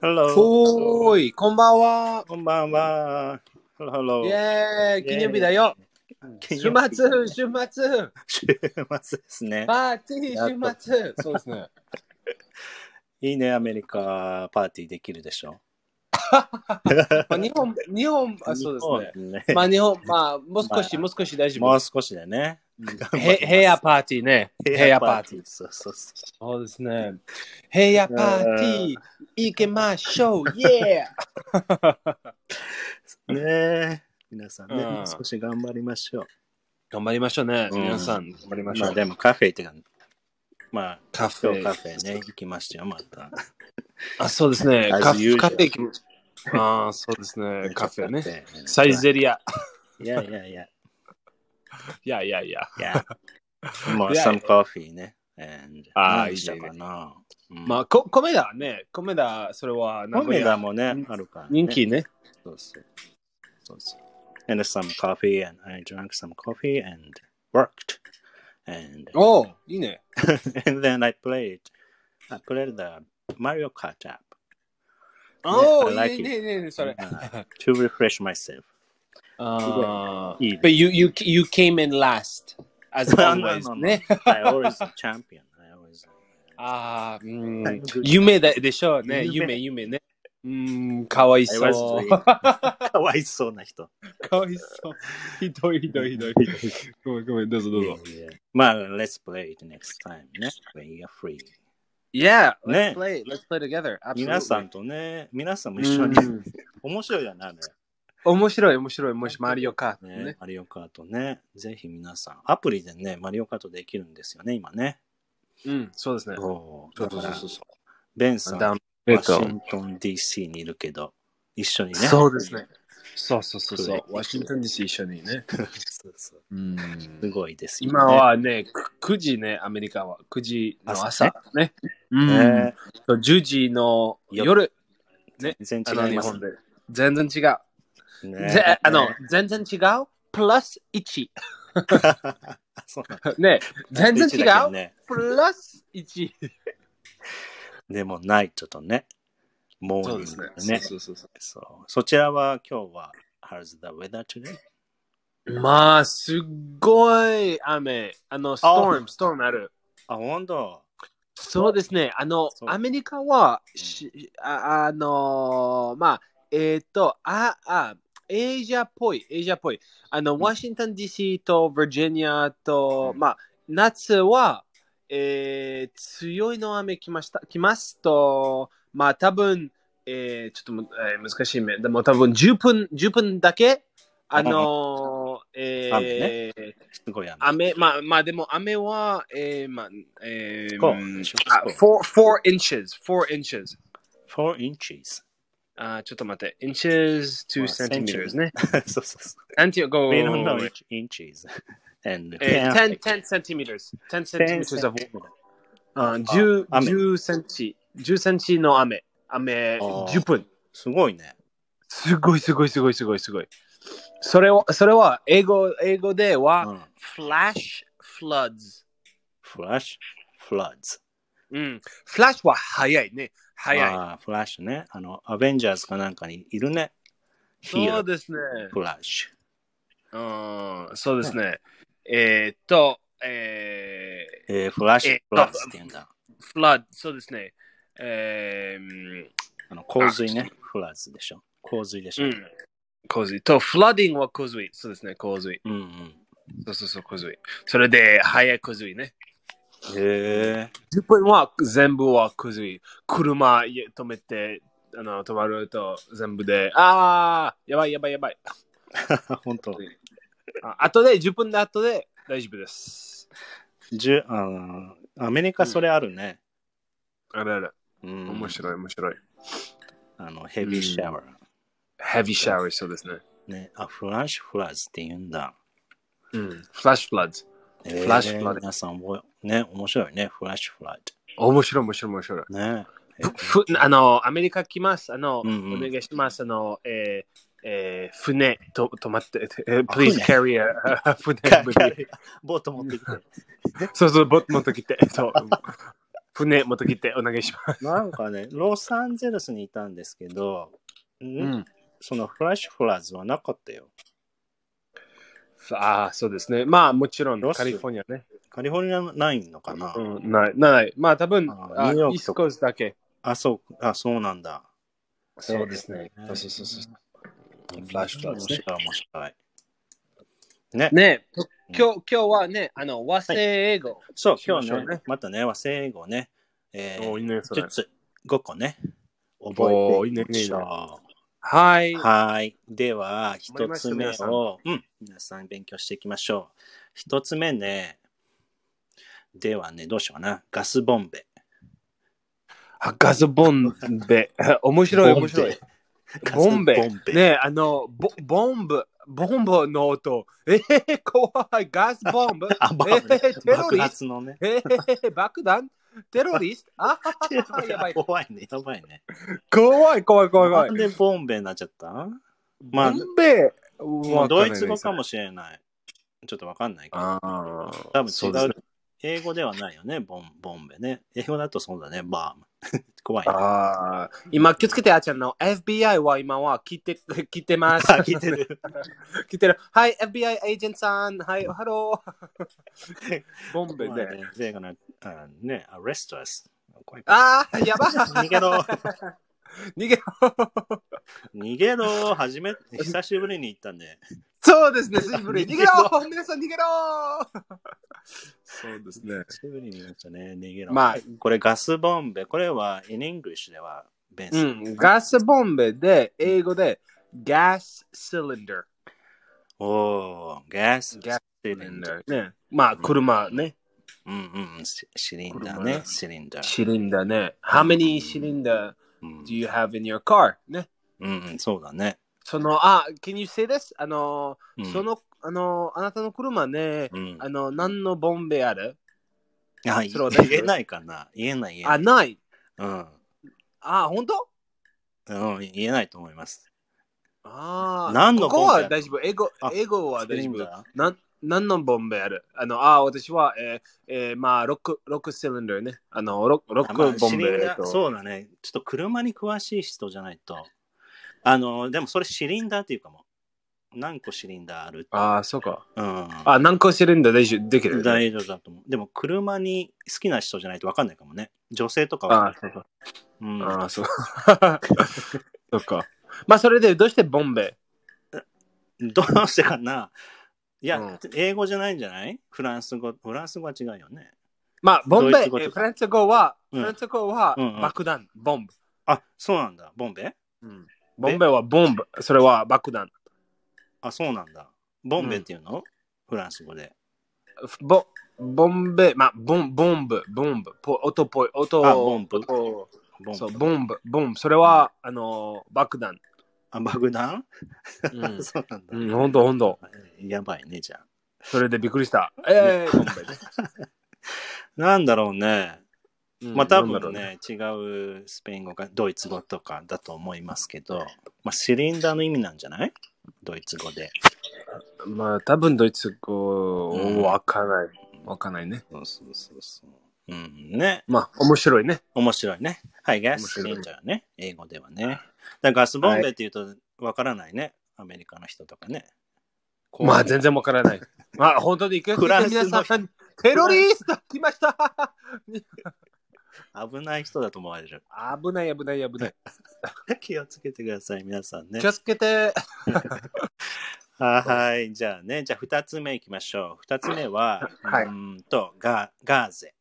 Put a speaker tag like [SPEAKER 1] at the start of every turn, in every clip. [SPEAKER 1] Hello。
[SPEAKER 2] おーい、こんばんは。
[SPEAKER 1] こんばんは。Hello,
[SPEAKER 2] イ
[SPEAKER 1] hello.
[SPEAKER 2] ェーイ、記念日だよ。
[SPEAKER 1] 金
[SPEAKER 2] 週
[SPEAKER 1] 曜日
[SPEAKER 2] 末、週末、
[SPEAKER 1] 週 末ですね。
[SPEAKER 2] パーティー、週末。そうですね。
[SPEAKER 1] いいね、アメリカパーティーできるでしょ。
[SPEAKER 2] まあ、日本、日本、あそうです
[SPEAKER 1] すね
[SPEAKER 2] ね。まあ、日本、まあ、もう少し、
[SPEAKER 1] まあ
[SPEAKER 2] もう少し大丈
[SPEAKER 1] も
[SPEAKER 2] 夫
[SPEAKER 1] う。少しでね。
[SPEAKER 2] へヘアパーティーね。ヘアパーティ
[SPEAKER 1] ティー。
[SPEAKER 2] ー。
[SPEAKER 1] そうそうそ
[SPEAKER 2] そうですね。ヘアパーティー、行きましょう。イェー
[SPEAKER 1] う。
[SPEAKER 2] イ
[SPEAKER 1] ねえ。皆さんね、
[SPEAKER 2] うん
[SPEAKER 1] もう少し頑張りましょう。
[SPEAKER 2] 頑張りましょうね。
[SPEAKER 1] うん
[SPEAKER 2] 皆さん、頑張りまし
[SPEAKER 1] ま
[SPEAKER 2] ょ
[SPEAKER 1] あ
[SPEAKER 2] う。
[SPEAKER 1] でもカフェってか、まあ
[SPEAKER 2] カフ
[SPEAKER 1] 今日
[SPEAKER 2] ェ
[SPEAKER 1] カ。フェね、行きましたよ、また。
[SPEAKER 2] あ、そうですね。
[SPEAKER 1] As
[SPEAKER 2] カフ
[SPEAKER 1] usual
[SPEAKER 2] ェ、カフェ行きああ、そうですね。 カフェね。
[SPEAKER 1] ね
[SPEAKER 2] サイゼリア。
[SPEAKER 1] いやいや いや。
[SPEAKER 2] いやいやいや。
[SPEAKER 1] Yeah. More some
[SPEAKER 2] Yeah.
[SPEAKER 1] coffee ね。And
[SPEAKER 2] あー
[SPEAKER 1] 何したかな。
[SPEAKER 2] ま
[SPEAKER 1] あ、
[SPEAKER 2] あ、こ米だね。米だ、それは名
[SPEAKER 1] コ
[SPEAKER 2] 古
[SPEAKER 1] メダ
[SPEAKER 2] 屋
[SPEAKER 1] もね、あるから、ね。
[SPEAKER 2] 人気ね。
[SPEAKER 1] そうそう。そうそう。And some coffee, and I drank some coffee and worked. And,
[SPEAKER 2] おお、いいね。
[SPEAKER 1] and then I played, I played the Mario Kart app
[SPEAKER 2] おお、
[SPEAKER 1] I like
[SPEAKER 2] いいね、いいねいいね、それ。
[SPEAKER 1] uh, to refresh myself.
[SPEAKER 2] あ
[SPEAKER 1] いいね
[SPEAKER 2] ー But you, you, you came in last, as
[SPEAKER 1] No, no,
[SPEAKER 2] always.
[SPEAKER 1] no, no.
[SPEAKER 2] ね。
[SPEAKER 1] I always a champion. I always.
[SPEAKER 2] ああ、う
[SPEAKER 1] I'm
[SPEAKER 2] ん
[SPEAKER 1] good.
[SPEAKER 2] 夢だでしょうね。
[SPEAKER 1] 夢
[SPEAKER 2] 夢、夢ね。うん、かわい
[SPEAKER 1] I
[SPEAKER 2] そう
[SPEAKER 1] was。the- かわいそうな人。
[SPEAKER 2] かわいそう。ひどい、ひどい、ひどい。ごめん、ごめん、どうぞ、どうぞ。
[SPEAKER 1] Yeah, yeah. まあ、let's play it next time ね。When you're free.
[SPEAKER 2] Yeah,
[SPEAKER 1] ね
[SPEAKER 2] let's play, let's play together.
[SPEAKER 1] 皆さん
[SPEAKER 2] Absolutely. Mm.
[SPEAKER 1] とね、皆さんも一緒に。
[SPEAKER 2] うん
[SPEAKER 1] 面白いよね、あれ。
[SPEAKER 2] 面白い、面白い。もしマリオカート
[SPEAKER 1] ね
[SPEAKER 2] ね。
[SPEAKER 1] マリオカートね。ぜひ皆さん、アプリでね、マリオカートできるんですよね、今ね。
[SPEAKER 2] うん、そうですね。
[SPEAKER 1] そう
[SPEAKER 2] そ
[SPEAKER 1] だ
[SPEAKER 2] うそ
[SPEAKER 1] か
[SPEAKER 2] う
[SPEAKER 1] ら
[SPEAKER 2] そう、そう。
[SPEAKER 1] ベンさん、
[SPEAKER 2] ダ
[SPEAKER 1] ワ
[SPEAKER 2] ウンロー
[SPEAKER 1] シ
[SPEAKER 2] ド
[SPEAKER 1] ントン DC にいるけど、一緒にね。
[SPEAKER 2] そうですね。そうそうそうそ
[SPEAKER 1] そう
[SPEAKER 2] う。ワシントン DC 一緒にね。
[SPEAKER 1] そうそうすごいですよ、ね。
[SPEAKER 2] 今はね、く9時ね、アメリカは。9時の朝ね。うん
[SPEAKER 1] ね、
[SPEAKER 2] そう10時の夜、
[SPEAKER 1] 全
[SPEAKER 2] あ
[SPEAKER 1] 然
[SPEAKER 2] の
[SPEAKER 1] 違い
[SPEAKER 2] 日
[SPEAKER 1] ます
[SPEAKER 2] 本で。全然違う。
[SPEAKER 1] ね。
[SPEAKER 2] ぜあの、全然違う。プラス1。
[SPEAKER 1] そうなん
[SPEAKER 2] ね、全然違
[SPEAKER 1] だけど
[SPEAKER 2] う。
[SPEAKER 1] ね。
[SPEAKER 2] プラス1。
[SPEAKER 1] でも、ナイトとね、モ
[SPEAKER 2] そ
[SPEAKER 1] ー
[SPEAKER 2] う
[SPEAKER 1] ニ
[SPEAKER 2] で
[SPEAKER 1] ン
[SPEAKER 2] す
[SPEAKER 1] グ
[SPEAKER 2] ね。
[SPEAKER 1] ね。
[SPEAKER 2] そうそうそ
[SPEAKER 1] そうそちらは今日は、How's the weather today?
[SPEAKER 2] う。まあ、すっごい雨。あの、ストーム、ストームある。
[SPEAKER 1] あ、本当
[SPEAKER 2] そうですね。あの、
[SPEAKER 1] そう
[SPEAKER 2] アメリカは、しああのーまあ、えっ、と、あ、あ、エイジアっぽい、エイジアっぽい。あの、
[SPEAKER 1] ん
[SPEAKER 2] ワシントン DC とバージニアと、
[SPEAKER 1] うん
[SPEAKER 2] まあ、夏は、えー、強いの雨来ました、来ますと、まあ、多分、えー、ちょっとむ、えー難しいね。でも多分10分、10分だけ、あのー、えー、
[SPEAKER 1] すごい雨。
[SPEAKER 2] 雨、まあ、まあでも雨は、えー、まあ、えー、
[SPEAKER 1] こう
[SPEAKER 2] うんあ four, four inches, four inches.
[SPEAKER 1] 4 inches.
[SPEAKER 2] あーちょっと待って、inches to
[SPEAKER 1] まあ
[SPEAKER 2] centimeters ね。
[SPEAKER 1] そうそうそう。
[SPEAKER 2] Anti- go,
[SPEAKER 1] We don't know
[SPEAKER 2] go, go, go.
[SPEAKER 1] inch, inches. And
[SPEAKER 2] えー
[SPEAKER 1] ten-
[SPEAKER 2] 10 10 centimeters. 10
[SPEAKER 1] ten Oh,
[SPEAKER 2] centimeters of Uh,
[SPEAKER 1] centimeter.
[SPEAKER 2] あー10
[SPEAKER 1] 雨
[SPEAKER 2] 10センチ。10センチの雨。雨
[SPEAKER 1] あー
[SPEAKER 2] 10分。
[SPEAKER 1] すごいね。
[SPEAKER 2] すごいすごいすごいすごいすごい。それをそれは英語英語では、
[SPEAKER 1] うん
[SPEAKER 2] flash floods。
[SPEAKER 1] Flash floods。
[SPEAKER 2] うん。flash Mm. は早いね。早い。
[SPEAKER 1] ああ、フラッシュね。あの、アベンジャーズかなんかにいるね。
[SPEAKER 2] そう
[SPEAKER 1] Here,
[SPEAKER 2] ですね。
[SPEAKER 1] フラッシ
[SPEAKER 2] うんそうです ね。えーっと、え
[SPEAKER 1] ュ。えー、フラッシュ
[SPEAKER 2] え
[SPEAKER 1] フラッシュって言うんだ。
[SPEAKER 2] ー、フラッド、そうですね。えー、
[SPEAKER 1] あの、洪水ね。フラッシュでしょ。洪水でし
[SPEAKER 2] う
[SPEAKER 1] ょ。
[SPEAKER 2] ん。洪水と、フラッディングは洪水。そうですね、洪水。
[SPEAKER 1] うんうん。
[SPEAKER 2] そうそうそう、洪水。それで、早い洪水ね。
[SPEAKER 1] へえ。
[SPEAKER 2] 10分は全部は9時。車家止めて、あの、止まると全部で、ああ、やばいやばいやばい。
[SPEAKER 1] 本当。
[SPEAKER 2] あ後で、10分で後で大丈夫です。
[SPEAKER 1] じゅあのアメリカそれあるね。
[SPEAKER 2] あれあれ、
[SPEAKER 1] うん。
[SPEAKER 2] 面白い面白い。
[SPEAKER 1] あの、ヘビーシャワー。
[SPEAKER 2] ヘビーシャワーそうですね。
[SPEAKER 1] ね、あ、フラッシュフラッズって言うんだ。
[SPEAKER 2] うん。フラッシュフラッズ。
[SPEAKER 1] フ
[SPEAKER 2] ラッシュフラッズ
[SPEAKER 1] 皆さん覚え、ね、面白いね、フラッシュフラッ
[SPEAKER 2] 面白い面白い面白い。
[SPEAKER 1] ズ。ね。
[SPEAKER 2] ふあの、アメリカ来ます。あの、
[SPEAKER 1] うんうん
[SPEAKER 2] お願いします。あの、えーえー、船と止まって、えー、
[SPEAKER 1] あ
[SPEAKER 2] please carry a 船
[SPEAKER 1] か
[SPEAKER 2] 持っ
[SPEAKER 1] か
[SPEAKER 2] て
[SPEAKER 1] ボート持ってきて。
[SPEAKER 2] そうそう、ボ持ってきて、そう。船持ってきて、お願いしま す。
[SPEAKER 1] なんかね、ロサンゼルスにいたんですけど、、
[SPEAKER 2] うんん。
[SPEAKER 1] そのフラッシュフラッズはなかったよ。
[SPEAKER 2] ああ、そうですね。まあ、もちろん、
[SPEAKER 1] ロス
[SPEAKER 2] カリフォルニアね。
[SPEAKER 1] カリフォルニアないのかな、
[SPEAKER 2] うん、ない、ない。まあ、多分、
[SPEAKER 1] あニュ
[SPEAKER 2] あ
[SPEAKER 1] ーヨー
[SPEAKER 2] イー
[SPEAKER 1] クと
[SPEAKER 2] ス
[SPEAKER 1] か
[SPEAKER 2] コースだけ。
[SPEAKER 1] あ、そう、あ、そうなんだ。
[SPEAKER 2] そうですね。
[SPEAKER 1] えー
[SPEAKER 2] そうそうそうそう。フラッシュフラッズ
[SPEAKER 1] 面
[SPEAKER 2] ね。
[SPEAKER 1] 白い、面白い。ね。
[SPEAKER 2] ね今日、今日はね、あの、和製英語。
[SPEAKER 1] そう、
[SPEAKER 2] し
[SPEAKER 1] 今
[SPEAKER 2] ま
[SPEAKER 1] 日
[SPEAKER 2] しょうね
[SPEAKER 1] ね、またね、和製英語ね、え
[SPEAKER 2] おー
[SPEAKER 1] ー、
[SPEAKER 2] いいね、それ
[SPEAKER 1] 5。つ、5個ね、覚
[SPEAKER 2] おー
[SPEAKER 1] え
[SPEAKER 2] いい
[SPEAKER 1] てい
[SPEAKER 2] ね
[SPEAKER 1] きまし
[SPEAKER 2] いい
[SPEAKER 1] ょ
[SPEAKER 2] はい。
[SPEAKER 1] う。はい。では、
[SPEAKER 2] 頑張り
[SPEAKER 1] 1
[SPEAKER 2] ましょ
[SPEAKER 1] つ
[SPEAKER 2] う
[SPEAKER 1] 目
[SPEAKER 2] 皆さん
[SPEAKER 1] を、うん、皆さん勉強していきましょう。1つ目ね、ではね、どうしようかな。ガスボンベ。
[SPEAKER 2] あガスボンベ。 面白い、
[SPEAKER 1] ボンベ
[SPEAKER 2] 面白い。
[SPEAKER 1] ガス
[SPEAKER 2] ボンベ。
[SPEAKER 1] ボンベ。
[SPEAKER 2] ねえあの、ボボンブ、ボンブの音。えー、怖い。ガスボン ブ。
[SPEAKER 1] あ、ボン
[SPEAKER 2] えー
[SPEAKER 1] ベ。
[SPEAKER 2] テロ
[SPEAKER 1] 爆
[SPEAKER 2] リス
[SPEAKER 1] 発のね。
[SPEAKER 2] ト。えー、爆弾テロリストあははははやば い。
[SPEAKER 1] 怖いね、やばいね。
[SPEAKER 2] 怖い、怖い、怖い、怖い
[SPEAKER 1] なん。でボンベになっちゃったまあ
[SPEAKER 2] ボンベ、
[SPEAKER 1] まあ、
[SPEAKER 2] わかん
[SPEAKER 1] ド
[SPEAKER 2] ない
[SPEAKER 1] イ
[SPEAKER 2] ね
[SPEAKER 1] ツ語かもしれない。ちょっとわかんないけど。
[SPEAKER 2] ああ。
[SPEAKER 1] 多分違
[SPEAKER 2] そうですね
[SPEAKER 1] 英語ではないよね、ボン、ボンベね。英語だとそうだね、バーム。 怖い、ね。
[SPEAKER 2] ああ。今、気をつけて、あーちゃんの FBI は今は聞いて、 聞いてます。
[SPEAKER 1] あ、聞いてる。
[SPEAKER 2] 聞いてる。はい、FBI エージェントさん。はい、ハロ ー。ボンベ
[SPEAKER 1] まあ
[SPEAKER 2] で。
[SPEAKER 1] ね、they're gonna, あね、arrest us. 怖い
[SPEAKER 2] ああ、やばい。
[SPEAKER 1] 逃げろ、
[SPEAKER 2] 逃げろ。
[SPEAKER 1] 逃げろ、初め、久しぶりに行ったね。
[SPEAKER 2] そうですね、久しぶり。
[SPEAKER 1] 逃
[SPEAKER 2] 逃
[SPEAKER 1] げ
[SPEAKER 2] げ
[SPEAKER 1] ろ
[SPEAKER 2] ろ皆さん逃げろそうですね。
[SPEAKER 1] 久しぶりに行ったね、逃げろ。
[SPEAKER 2] まあ、
[SPEAKER 1] これガスボンベ、これは in English ではベンス。
[SPEAKER 2] うん、ガスボンベで、英語で、ガスシリンダー。
[SPEAKER 1] おー、ガス、
[SPEAKER 2] ガス
[SPEAKER 1] シリンダー。
[SPEAKER 2] ね。まあ、車ね。
[SPEAKER 1] うんうん、シシリンダー
[SPEAKER 2] 車
[SPEAKER 1] ね
[SPEAKER 2] ね、
[SPEAKER 1] シリンダー。
[SPEAKER 2] シリンダーね。How many シリンダー
[SPEAKER 1] うん、
[SPEAKER 2] do you have in your car? ね。
[SPEAKER 1] うんうん、そうだね。
[SPEAKER 2] その、あ、can you say this? あの、
[SPEAKER 1] うん
[SPEAKER 2] その、あの、あなたの車ね、
[SPEAKER 1] うん、
[SPEAKER 2] あの、何のボンベある
[SPEAKER 1] あ
[SPEAKER 2] それは大丈夫
[SPEAKER 1] 言えないかな言えない言えな
[SPEAKER 2] あ、
[SPEAKER 1] い。
[SPEAKER 2] ない。
[SPEAKER 1] うん
[SPEAKER 2] あ、本当
[SPEAKER 1] うん、言えないと思います。
[SPEAKER 2] ああ、
[SPEAKER 1] 何の
[SPEAKER 2] ここ
[SPEAKER 1] ボンベあ
[SPEAKER 2] は
[SPEAKER 1] る
[SPEAKER 2] 大丈夫。英語
[SPEAKER 1] あ、
[SPEAKER 2] 英語は大丈
[SPEAKER 1] シリン
[SPEAKER 2] 夫。
[SPEAKER 1] ダ
[SPEAKER 2] なん何のボンベあるあの、ああ、私は、えーえーまあ、6、6シリンダーね。あの、6、
[SPEAKER 1] ーまあ
[SPEAKER 2] 6ボ
[SPEAKER 1] シ
[SPEAKER 2] ン
[SPEAKER 1] リン
[SPEAKER 2] ベ
[SPEAKER 1] ダー
[SPEAKER 2] と。
[SPEAKER 1] そうだね。ちょっと車に詳しい人じゃないと。あの、でもそれシリンダーっていうかも。何個シリンダーある
[SPEAKER 2] ああ、そうか。
[SPEAKER 1] うん。
[SPEAKER 2] あ、何個シリンダーでできる、
[SPEAKER 1] 大丈夫だと思う。でも車に好きな人じゃないと分かんないかもね。女性とか
[SPEAKER 2] あ
[SPEAKER 1] は。、
[SPEAKER 2] あそうか。
[SPEAKER 1] うん、
[SPEAKER 2] ああ、そう。そう か。まあ、それで、どうしてボンベ
[SPEAKER 1] どうしてかないや、
[SPEAKER 2] うん
[SPEAKER 1] 英語じゃないんじゃないフランス語。フランス語は違うよね。
[SPEAKER 2] まあ、ボンベ、
[SPEAKER 1] ドイ
[SPEAKER 2] え
[SPEAKER 1] ツ語とか
[SPEAKER 2] ーフランス語は、
[SPEAKER 1] うん
[SPEAKER 2] フランス語は
[SPEAKER 1] うんうん
[SPEAKER 2] 爆弾、ボン
[SPEAKER 1] あ、そうなんだ。ボンベ
[SPEAKER 2] ブ。ボンベはボンブ。それは爆弾。
[SPEAKER 1] あ、そうなんだ。ボンベっていうの、フランス語で。
[SPEAKER 2] ボボンベ、まあ、ボン、ボンブ、ボンブ、ぽ音っぽい、音
[SPEAKER 1] あボンブ
[SPEAKER 2] 音
[SPEAKER 1] ボン
[SPEAKER 2] そう、
[SPEAKER 1] ベ
[SPEAKER 2] ボンブ、ボンブ、それは、あのー、爆弾。
[SPEAKER 1] あ、爆弾、
[SPEAKER 2] う ん、
[SPEAKER 1] そうなんだ、
[SPEAKER 2] うん、ほんと、ほんと。
[SPEAKER 1] やばいね、じゃあ。
[SPEAKER 2] それでびっくりした。えー、ボンベね
[SPEAKER 1] なんだろうね。
[SPEAKER 2] うん
[SPEAKER 1] まあ多
[SPEAKER 2] なんだろ
[SPEAKER 1] 分
[SPEAKER 2] う
[SPEAKER 1] ね、違うスペイン語かドイツ語とかだと思いますけど、まあシリンダーの意味なんじゃないドイツ語で。
[SPEAKER 2] まあ、多分ドイツ語、わかんない。わかんないね。
[SPEAKER 1] そうそうそうそう。うんね。
[SPEAKER 2] まあ、面白いね。
[SPEAKER 1] 面白いね。はい、ガスシ
[SPEAKER 2] 面白い
[SPEAKER 1] リンダーね。英語ではね。だからガスボンベっていうとわからないね。アメリカの人とかね。こう
[SPEAKER 2] まあ、全然わからない。まあ、本当に行く
[SPEAKER 1] フランスの
[SPEAKER 2] 皆さん、テロリスト来ました
[SPEAKER 1] 危ない人だと思われる。
[SPEAKER 2] 危ない、危ない、危ない。
[SPEAKER 1] 気をつけてください、皆さんね
[SPEAKER 2] 気。をつけて。
[SPEAKER 1] ははい、じゃあね、じゃあ2つ目いきましょう。2つ目は、
[SPEAKER 2] はいう
[SPEAKER 1] ーんとガ、ガーゼ。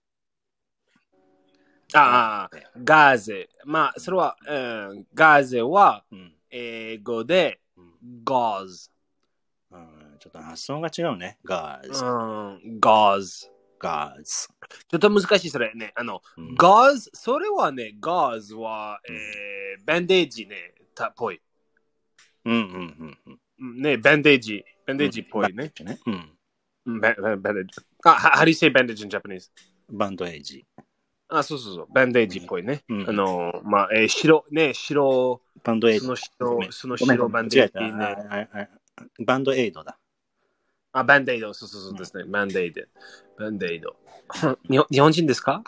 [SPEAKER 2] ああ、ガーゼ。まあ、それは、うん、ガーゼは
[SPEAKER 1] うん。
[SPEAKER 2] 英語で
[SPEAKER 1] うん
[SPEAKER 2] ガーズ。
[SPEAKER 1] うんちょっと発音が違うね。ガーズ。
[SPEAKER 2] うん、ガーズ。
[SPEAKER 1] ガーズ。
[SPEAKER 2] ちょっと難しいそれね。あの、
[SPEAKER 1] うん
[SPEAKER 2] ガーズ、それはね、ガーズは、
[SPEAKER 1] うん
[SPEAKER 2] えー、バンデージね、たっぽい。
[SPEAKER 1] うんうんうんうん。
[SPEAKER 2] うんね、バンデージ。バンデージっぽいね。
[SPEAKER 1] ね。うん。
[SPEAKER 2] うんバンバンバンデージ。あ、は how do you say bandage in Japanese?
[SPEAKER 1] バンドエイジ。
[SPEAKER 2] あ、そうそうそう。バンデージっぽいね。
[SPEAKER 1] うん
[SPEAKER 2] あの、まあ、えー、白、ね、白、
[SPEAKER 1] バンドエイ
[SPEAKER 2] そ
[SPEAKER 1] ドご
[SPEAKER 2] の。白
[SPEAKER 1] め、ん
[SPEAKER 2] その
[SPEAKER 1] ごめん
[SPEAKER 2] 白バン
[SPEAKER 1] 間違
[SPEAKER 2] デ
[SPEAKER 1] え
[SPEAKER 2] ー
[SPEAKER 1] た
[SPEAKER 2] ジね。
[SPEAKER 1] あああバンドエイドだ。
[SPEAKER 2] あ、バンデイド、そうそうそうですね。バンデイド。バンデイド。 日本日本人ですか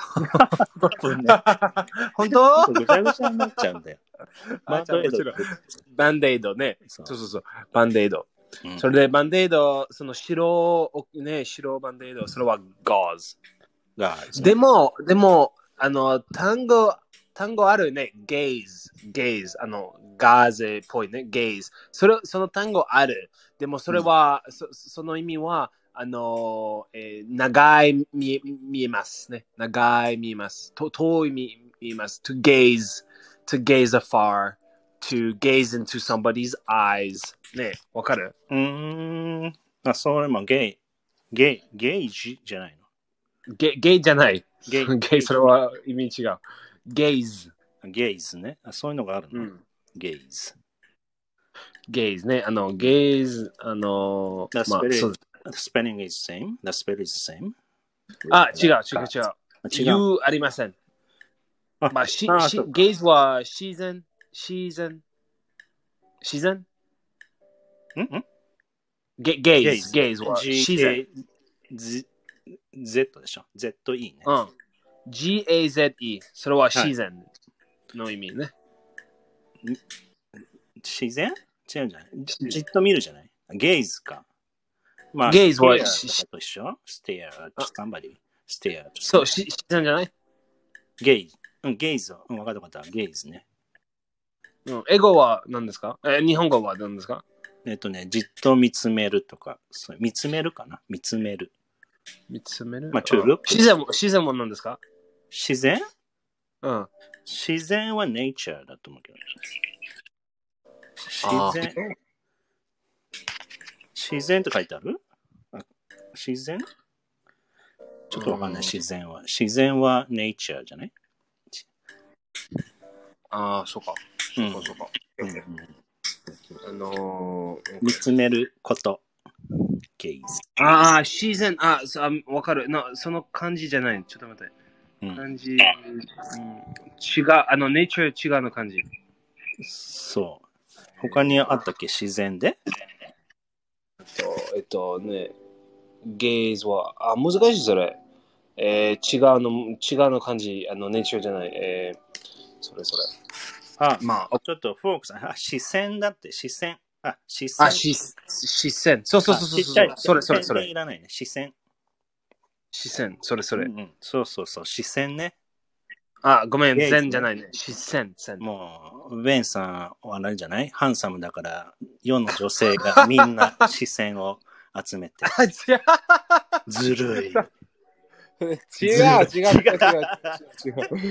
[SPEAKER 2] 本当
[SPEAKER 1] ぐちゃぐちゃになっちゃうんだ よ。バンドエイド。
[SPEAKER 2] バンデイドね。
[SPEAKER 1] そ
[SPEAKER 2] そうそうそう。バンデイド。
[SPEAKER 1] うん
[SPEAKER 2] それでバンデイド、その白を、ね、白バンデイド、それはガーズ。
[SPEAKER 1] が、
[SPEAKER 2] でも、でも、あの、単語、単語あるね。ゲイズ、ゲイズ、あの、ガーゼっぽいね、ゲイズ。それ、その単語ある。でも、それは、そその意味は、あの、えー長い見え、見えますね。長い見えます。と遠い見見えます。to gaze, to gaze afar, to gaze into somebody's eyes. ね、わかる
[SPEAKER 1] うーん。あ、それもゲイ。ゲイ、ゲイジじゃないの。
[SPEAKER 2] ゲゲイじゃない。
[SPEAKER 1] ゲイ、
[SPEAKER 2] ゲイ、それは意味違う。ゲイズ。
[SPEAKER 1] ゲイズね。あそういうのがある
[SPEAKER 2] う
[SPEAKER 1] の。
[SPEAKER 2] ん
[SPEAKER 1] ゲイズ。
[SPEAKER 2] ゲイズね。あの、ゲイズ、あの
[SPEAKER 1] The
[SPEAKER 2] ー、まあ、
[SPEAKER 1] spirit
[SPEAKER 2] そう
[SPEAKER 1] The spelling is same. The spell is same.
[SPEAKER 2] あ、違う、違う、違う。
[SPEAKER 1] 違う。違う。
[SPEAKER 2] You ありません。
[SPEAKER 1] あ
[SPEAKER 2] まあ、し
[SPEAKER 1] あ
[SPEAKER 2] し
[SPEAKER 1] そう
[SPEAKER 2] ゲイズはシーズン、シーズン、シーズン
[SPEAKER 1] んん
[SPEAKER 2] ゲゲ
[SPEAKER 1] ゲ
[SPEAKER 2] イ
[SPEAKER 1] イ
[SPEAKER 2] ズ、
[SPEAKER 1] ズ
[SPEAKER 2] ゲイズはシーズン。
[SPEAKER 1] Z Z でしょ。Z いいね。
[SPEAKER 2] うん。G-A-Z-E。それはシーズンの意味ね。
[SPEAKER 1] 自然違うんじゃないじじっと見るじゃないゲイズか。ま
[SPEAKER 2] Gaze は
[SPEAKER 1] stare とかと一緒 ?stare at
[SPEAKER 2] あ
[SPEAKER 1] somebody. stare at
[SPEAKER 2] そう、シシーズンじゃない
[SPEAKER 1] ゲイズ。うん、ゲイズ。うん、わかったわかった。ゲイズね。
[SPEAKER 2] うん。英語は何ですかえ、日本語は何ですか
[SPEAKER 1] えっとね、じっと見つめるとか、そう見つめるかな見つめる。
[SPEAKER 2] 見つめる。
[SPEAKER 1] まあ to look
[SPEAKER 2] シーズンも、シーズンも何ですか
[SPEAKER 1] 自然
[SPEAKER 2] うん。
[SPEAKER 1] 自然は nature だと思うけど。
[SPEAKER 2] あ
[SPEAKER 1] 自然。自然って書いてあるあ自然ちょっとわかんない、
[SPEAKER 2] うん
[SPEAKER 1] 自然は。自然は nature じゃない
[SPEAKER 2] ああ、そうか。
[SPEAKER 1] う
[SPEAKER 2] そ
[SPEAKER 1] ん
[SPEAKER 2] うか、そうか。
[SPEAKER 1] うんうん
[SPEAKER 2] あのー、
[SPEAKER 1] 見つめること。ゲイズ。
[SPEAKER 2] ああ、シーズン、あ、そあわかるな。その感じじゃない。ちょっと待って。
[SPEAKER 1] うん、
[SPEAKER 2] 感じ、うん、違う。あの、ネイチャー違うの感じ。
[SPEAKER 1] そう。他にあったっけ自然で
[SPEAKER 2] えっとね、ゲイズは、あ、難しいそれ。えー、違うの、違うの感じ。あの、ネイチャーじゃない。えー、それそれ。
[SPEAKER 1] あ、
[SPEAKER 2] まあ、
[SPEAKER 1] ちょっとフォークさん、あ、視線だって、視線。あ、視線。
[SPEAKER 2] あ、し、視線。そうそうそうそう
[SPEAKER 1] あち
[SPEAKER 2] そ。
[SPEAKER 1] っちゃいう
[SPEAKER 2] それそれ
[SPEAKER 1] 視
[SPEAKER 2] そ
[SPEAKER 1] 線って
[SPEAKER 2] れ
[SPEAKER 1] い。らないね、視線。
[SPEAKER 2] 視線。それそれ
[SPEAKER 1] う。んうんそうそうそう、視線ね。
[SPEAKER 2] あ、ごめん。
[SPEAKER 1] ゲイズね
[SPEAKER 2] 線じゃないね。視線。線。。
[SPEAKER 1] もう、ウェンさんは何じゃないハンサムだから、世の女性がみんな視線を集めて
[SPEAKER 2] あ、違う。
[SPEAKER 1] ずるい。
[SPEAKER 2] 違う
[SPEAKER 1] 違う
[SPEAKER 2] 違う違う違う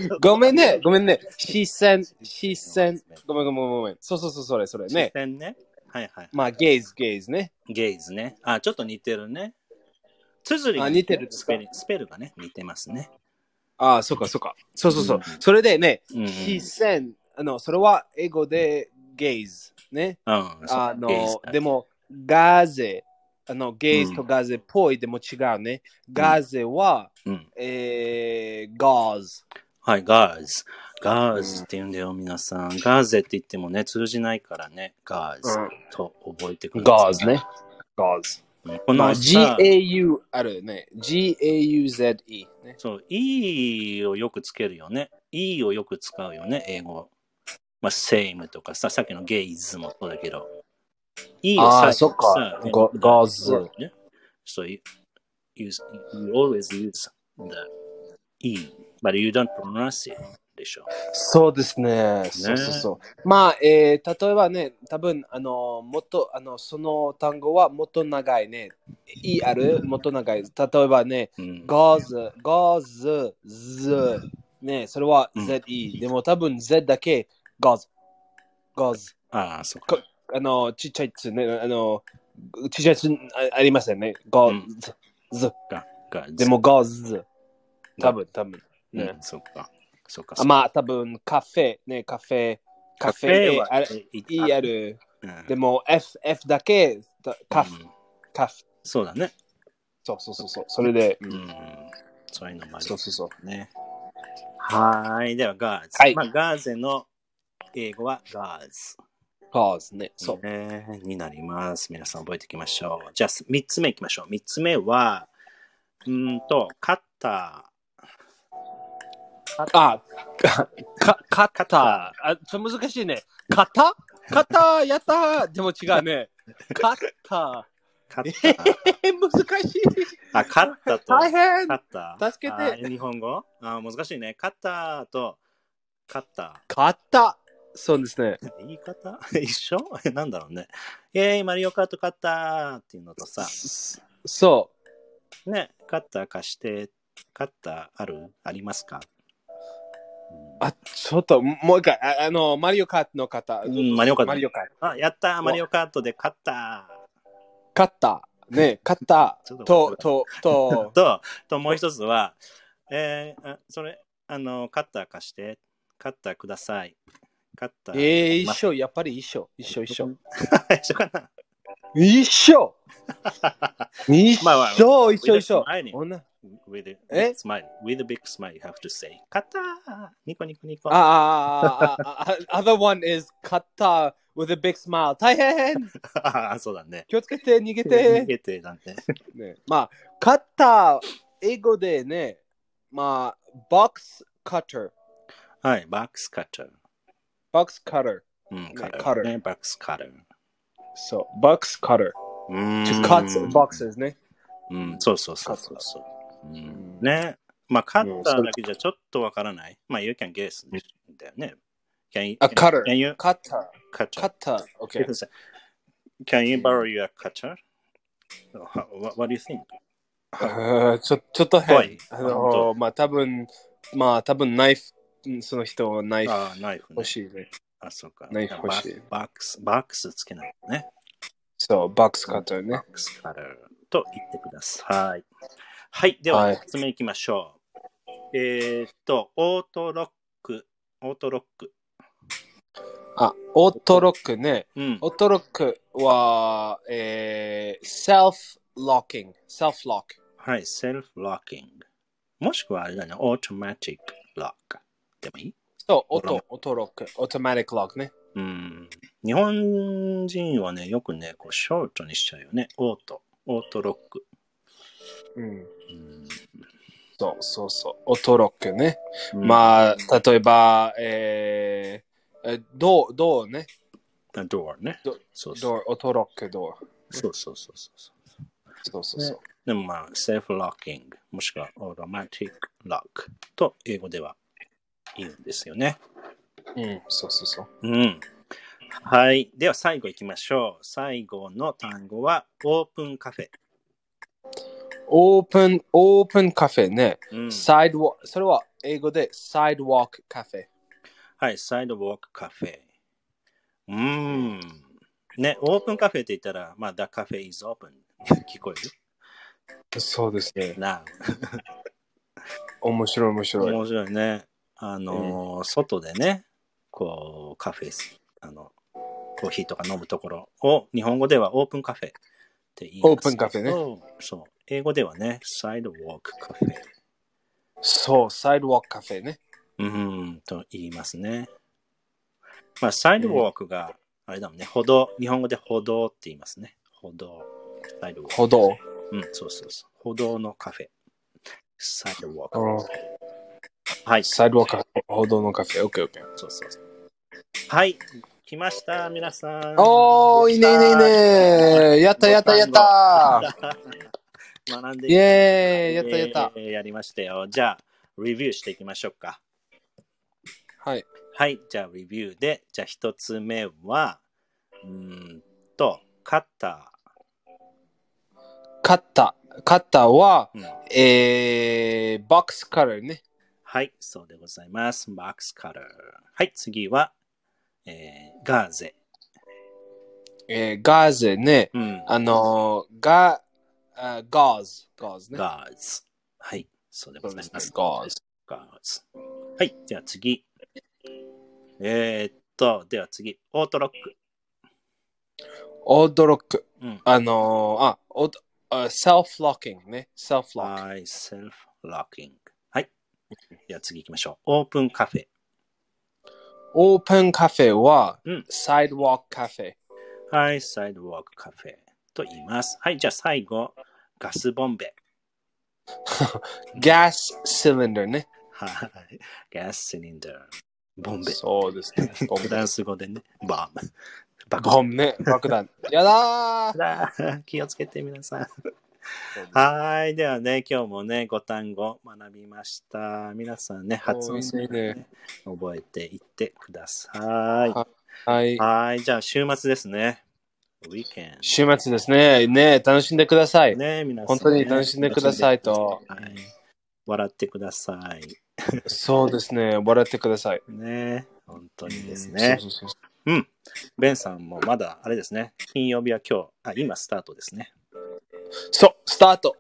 [SPEAKER 2] 違う。ご めんね、ごめんね。視線、視線。ごめんごめんごめん。そうそうそう、それそれ
[SPEAKER 1] 視
[SPEAKER 2] ね。
[SPEAKER 1] 線ね。はいはい。
[SPEAKER 2] まあ、ゲイズ、ゲイズね。
[SPEAKER 1] ゲイズね。あ、ちょっと似てるね。つづりが
[SPEAKER 2] あ似てるんです
[SPEAKER 1] ス
[SPEAKER 2] か
[SPEAKER 1] ペルスペルがね、似てますね。。
[SPEAKER 2] ああ、そうかそうか。そうそうそううんそれでね、
[SPEAKER 1] うんうん
[SPEAKER 2] 視線、あの、それは英語でゲイズ。ね。
[SPEAKER 1] うん、そう
[SPEAKER 2] あ
[SPEAKER 1] ゲイズ
[SPEAKER 2] の、でも、ガーゼ、あの、ゲイズとガーゼっぽいでも違うね。ガーゼは、
[SPEAKER 1] うん、
[SPEAKER 2] えー、ガーズ。
[SPEAKER 1] はい、ガーズ。ガーズって言うんだよ、皆さん。ガーゼって言ってもね、通じないからね、ガーズと覚えてください。
[SPEAKER 2] ガーズね。ガーズ。
[SPEAKER 1] うん。こ
[SPEAKER 2] まあ、
[SPEAKER 1] のさ、
[SPEAKER 2] GAU あるね。GAUZE ね。
[SPEAKER 1] そう、E をよくつけるよね。E をよく使うよね、英語。まあ、same とかさ、さっきのゲイズもそうだけど。E を
[SPEAKER 2] あ
[SPEAKER 1] さ、
[SPEAKER 2] ーそっか
[SPEAKER 1] さ
[SPEAKER 2] ガガーズ。
[SPEAKER 1] ね so you, use, you always use the E, but you don't pronounce it でしょ。
[SPEAKER 2] そうですね。そうそうそう。まあ、えー、例えばね、多分あの、もっと、あの、その単語はもっと長いね。E あるもっと長い。例えばね、
[SPEAKER 1] うん、
[SPEAKER 2] ガーズ、ガーズ、ズ、ね、それは
[SPEAKER 1] うん
[SPEAKER 2] ZE。でも多分 Z だけ Goz。Goz。
[SPEAKER 1] ああ、そっか。
[SPEAKER 2] こあの、ちっちゃいつね、あの、ちっちゃいつあありませんね。
[SPEAKER 1] う
[SPEAKER 2] Goz
[SPEAKER 1] ん。
[SPEAKER 2] ズ
[SPEAKER 1] がが
[SPEAKER 2] でも Goz。多分、多分。
[SPEAKER 1] う
[SPEAKER 2] ね
[SPEAKER 1] ん、そっか。そっか。
[SPEAKER 2] あまあ、多分カフェ、ね、カフェ、カフェ、あれ ER。
[SPEAKER 1] うん
[SPEAKER 2] でも F、F だけだカフ
[SPEAKER 1] う、ん
[SPEAKER 2] カフ。
[SPEAKER 1] そうだね。
[SPEAKER 2] そうそうそうそう。それで、
[SPEAKER 1] う。ん。そういうのもあり
[SPEAKER 2] そうそうそう。
[SPEAKER 1] ね。はーい。では、ガーズ。
[SPEAKER 2] はい
[SPEAKER 1] まあ、ガーゼの英語はガーズ。
[SPEAKER 2] Goz ね。そう。
[SPEAKER 1] ね。になります。皆さん覚えていきましょう。じゃあ、3つ目いきましょう。3つ目は、うーんと、カッタ
[SPEAKER 2] あ、か、か、か
[SPEAKER 1] カ
[SPEAKER 2] か
[SPEAKER 1] タ
[SPEAKER 2] た。あ、ちょ、難しいね。かたかた、やったー。でも違うね。かた。
[SPEAKER 1] ー。カッター。
[SPEAKER 2] えー、難しい。
[SPEAKER 1] あ、カッターと。
[SPEAKER 2] 大変
[SPEAKER 1] カッター。
[SPEAKER 2] 助けて
[SPEAKER 1] あー日本語あー難しいね。カッターと、カッター。
[SPEAKER 2] かた。そうですね。
[SPEAKER 1] 言い方 一緒なんだろうね。イェーイ、マリオカート勝ったーっていうのとさ、
[SPEAKER 2] そそ
[SPEAKER 1] ね、勝った貸して、勝ったあるありますか、
[SPEAKER 2] う。あ、ちょっと、もう一回。ああの、マリオカートの方。
[SPEAKER 1] うん、マリオカート。
[SPEAKER 2] マリオカート。
[SPEAKER 1] あ、やったーマリオカートで勝った
[SPEAKER 2] かた。ね、かた
[SPEAKER 1] ちょっ。と
[SPEAKER 2] と、と、
[SPEAKER 1] ー
[SPEAKER 2] と。
[SPEAKER 1] と、と、もう一つは、えー、あそれ、あの、勝った貸して、勝ったください。勝った。
[SPEAKER 2] えー、
[SPEAKER 1] ま
[SPEAKER 2] 一緒、やっぱり一緒。一緒、一緒。
[SPEAKER 1] 一緒かな
[SPEAKER 2] 一緒一
[SPEAKER 1] まあまあ
[SPEAKER 2] 緒、一緒、一緒
[SPEAKER 1] Smiling。
[SPEAKER 2] おな
[SPEAKER 1] ?with a
[SPEAKER 2] え
[SPEAKER 1] big smile. With a big smile, you have to say. 勝ったーニコニコニコ。
[SPEAKER 2] Ah, ah, ah, ah, other one is kata with a big smile. 大変
[SPEAKER 1] あー、 そうだね。
[SPEAKER 2] 気をつけて逃げ
[SPEAKER 1] 逃
[SPEAKER 2] て、
[SPEAKER 1] げてなんて。
[SPEAKER 2] ね、まあ、カッター、英語でね、まあ、ボックスカッター、
[SPEAKER 1] はい、バックスカッター。
[SPEAKER 2] ボックスカッター、
[SPEAKER 1] うん、カッター。
[SPEAKER 2] cutter
[SPEAKER 1] ね、バックスカッター。
[SPEAKER 2] そう、ボックスカッター、
[SPEAKER 1] うーん
[SPEAKER 2] to cut boxes ね。
[SPEAKER 1] うん、そうそうそうそうそう、うん。ね。まあ、カッターだけじゃちょっとわからない。まあ、you can guess だよね。Can you,
[SPEAKER 2] あ、カッタ
[SPEAKER 1] can
[SPEAKER 2] ー、
[SPEAKER 1] you
[SPEAKER 2] カッタ
[SPEAKER 1] cut?
[SPEAKER 2] ー、カッター、OK。
[SPEAKER 1] Can you borrow your cutter? What, what do you think?
[SPEAKER 2] あー ちょちょっと
[SPEAKER 1] 怖い
[SPEAKER 2] 変。あ
[SPEAKER 1] 本
[SPEAKER 2] のー、まあ、多分まあ、多分ナイフ、うんその人はナイフ
[SPEAKER 1] ああ、ナイフ、ね
[SPEAKER 2] 欲。しいね。
[SPEAKER 1] あ、そうか。
[SPEAKER 2] ナイフ欲しい
[SPEAKER 1] ババックス、バックスつけないとね。
[SPEAKER 2] そう、ボックスカッター
[SPEAKER 1] バ
[SPEAKER 2] ね
[SPEAKER 1] ッ。クスカッターと言ってください。はい。では、
[SPEAKER 2] はい
[SPEAKER 1] 1つ目いきましょう。えーっと、オートロック。オートロック。
[SPEAKER 2] あ、オートロックね。
[SPEAKER 1] うん。
[SPEAKER 2] オートロックは、えー、self locking、self lock。
[SPEAKER 1] はい、self locking。もしくはあれだね、automatic lock。でもいい
[SPEAKER 2] そう、オ
[SPEAKER 1] ほ
[SPEAKER 2] ー
[SPEAKER 1] ら
[SPEAKER 2] ト、オートロック、オートマティックロックね。
[SPEAKER 1] うん。日本人はね、よくね、こうショートにしちゃうよね。オート、オートロック。
[SPEAKER 2] うん。
[SPEAKER 1] う
[SPEAKER 2] そうそうそう、オートロックね。
[SPEAKER 1] ん、あ、
[SPEAKER 2] まあ、例えば、えー、えドア、ドアね。
[SPEAKER 1] ドアね
[SPEAKER 2] ド。
[SPEAKER 1] そう
[SPEAKER 2] ド
[SPEAKER 1] そう。
[SPEAKER 2] ア、オートロック、ドア。
[SPEAKER 1] そうそうそうそう。
[SPEAKER 2] そうそうそう。
[SPEAKER 1] でもまあ、self locking、もしくは automatic lock と英語では言うんですよね。
[SPEAKER 2] うん、そうそうそう。
[SPEAKER 1] うん。はい。では最後行きましょう。最後の単語はオープンカフェ。
[SPEAKER 2] オープン、オープンカフェね。
[SPEAKER 1] うん、
[SPEAKER 2] サイドワーク、それは英語で、サイドワークカフェ。
[SPEAKER 1] はい、サイドウォークカフェ。うーん。ね、オープンカフェって言ったら、まあ、the cafe is open 聞こえ
[SPEAKER 2] そうですね
[SPEAKER 1] る。な。
[SPEAKER 2] 面白い、面白い。
[SPEAKER 1] 面白いね。あのー、外でね、こう、カフェす、あの、コーヒーとか飲むところを、日本語ではオープンカフェって言いますけど。
[SPEAKER 2] オープンカフェね
[SPEAKER 1] そう。英語ではね、サイドウォークカフェ。
[SPEAKER 2] そう、サイドワークカフェね。
[SPEAKER 1] うーん、と言いますね。まあ、サイドウォークが、あれだもんね、歩道、日本語で歩道って言いますね。歩道。サイドウォーク。
[SPEAKER 2] 歩道。
[SPEAKER 1] うん、そうそうそう。歩道のカフェ。サイドウォーク。
[SPEAKER 2] うん
[SPEAKER 1] はい、そう
[SPEAKER 2] サイドワーク歩道のカフェ。オッケーオッケー。
[SPEAKER 1] そうそう。はい、来ました、皆さん。
[SPEAKER 2] おー、いいねいいねいいね。やったやったやった。
[SPEAKER 1] 学んで
[SPEAKER 2] イ
[SPEAKER 1] い
[SPEAKER 2] ェーイ、やったやった。
[SPEAKER 1] えーやりましたよ。じゃあ、レビューしていきましょうか。
[SPEAKER 2] はい。
[SPEAKER 1] はい、じゃあ、レビューで、じゃあ、一つ目は、うーんと、カッタ
[SPEAKER 2] カッター。カッターは、
[SPEAKER 1] ー。うん
[SPEAKER 2] えー、ボックスカラーね。
[SPEAKER 1] はい、そうでございます。ボックスカラー。はい、次は、えー、ガーゼ。
[SPEAKER 2] えー、ガーゼね。
[SPEAKER 1] うん、
[SPEAKER 2] あのー、ガ、あガーズ。ガーズね。
[SPEAKER 1] ガーズ。はい、そうでご
[SPEAKER 2] そ
[SPEAKER 1] ざ
[SPEAKER 2] うで
[SPEAKER 1] い
[SPEAKER 2] す
[SPEAKER 1] ま
[SPEAKER 2] ね
[SPEAKER 1] す。
[SPEAKER 2] ガーズ。
[SPEAKER 1] ガーズ。はい、では次。えー、っと、では次、オートロック。
[SPEAKER 2] オートロック。
[SPEAKER 1] うん、
[SPEAKER 2] あのー、あ、オート、あセルフロッキングね。セルフロッキング。
[SPEAKER 1] はい、セルフロッキング。はい。では次行きましょう。オープンカフェ。
[SPEAKER 2] オープンカフェは
[SPEAKER 1] うん、
[SPEAKER 2] サイドワークカフェ。
[SPEAKER 1] はい、サイドワークカフェと言います。はい、じゃあ最後、ガスボンベ。
[SPEAKER 2] ガスシリンダーね。
[SPEAKER 1] はい、ガスシリンダー。ボンベ。
[SPEAKER 2] そうです ね。ボ
[SPEAKER 1] フ
[SPEAKER 2] ム
[SPEAKER 1] ランス語でね、バーム。爆
[SPEAKER 2] ボムね。爆弾。やだー
[SPEAKER 1] だー気をつけて皆さん。はーい。ではね、今日もね、ご単語学びました。皆さんね、発音するのね、覚えていってください。は
[SPEAKER 2] はい。
[SPEAKER 1] ーい。じゃあ、週末ですね。ウィーケン
[SPEAKER 2] 週末ですね。ね、楽しんでください。
[SPEAKER 1] ド。ね、皆さん、ね。
[SPEAKER 2] 本当に楽しんでくださいと
[SPEAKER 1] 楽しんでくださいはい笑ってください。
[SPEAKER 2] そうですね。笑ってください。
[SPEAKER 1] ね。本当にですね。
[SPEAKER 2] そうそうそう
[SPEAKER 1] うん。ベンさんもまだ、あれですね。金曜日は今日、あ、今スタートですね。
[SPEAKER 2] そう、スタート。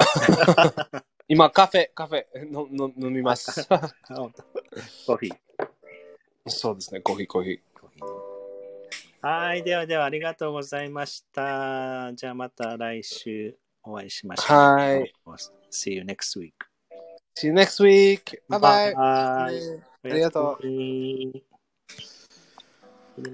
[SPEAKER 2] 今、カフェ、カフェ、のの飲みます。
[SPEAKER 1] あ本当コーヒー。
[SPEAKER 2] そうですね、コーヒー、コーヒー。
[SPEAKER 1] はい、ではではありがとうございました。じゃあまた来週お会いしましょう。
[SPEAKER 2] はい。
[SPEAKER 1] See you next week.
[SPEAKER 2] See you next week. Bye bye.
[SPEAKER 1] バイバイ。
[SPEAKER 2] ありがと
[SPEAKER 1] う。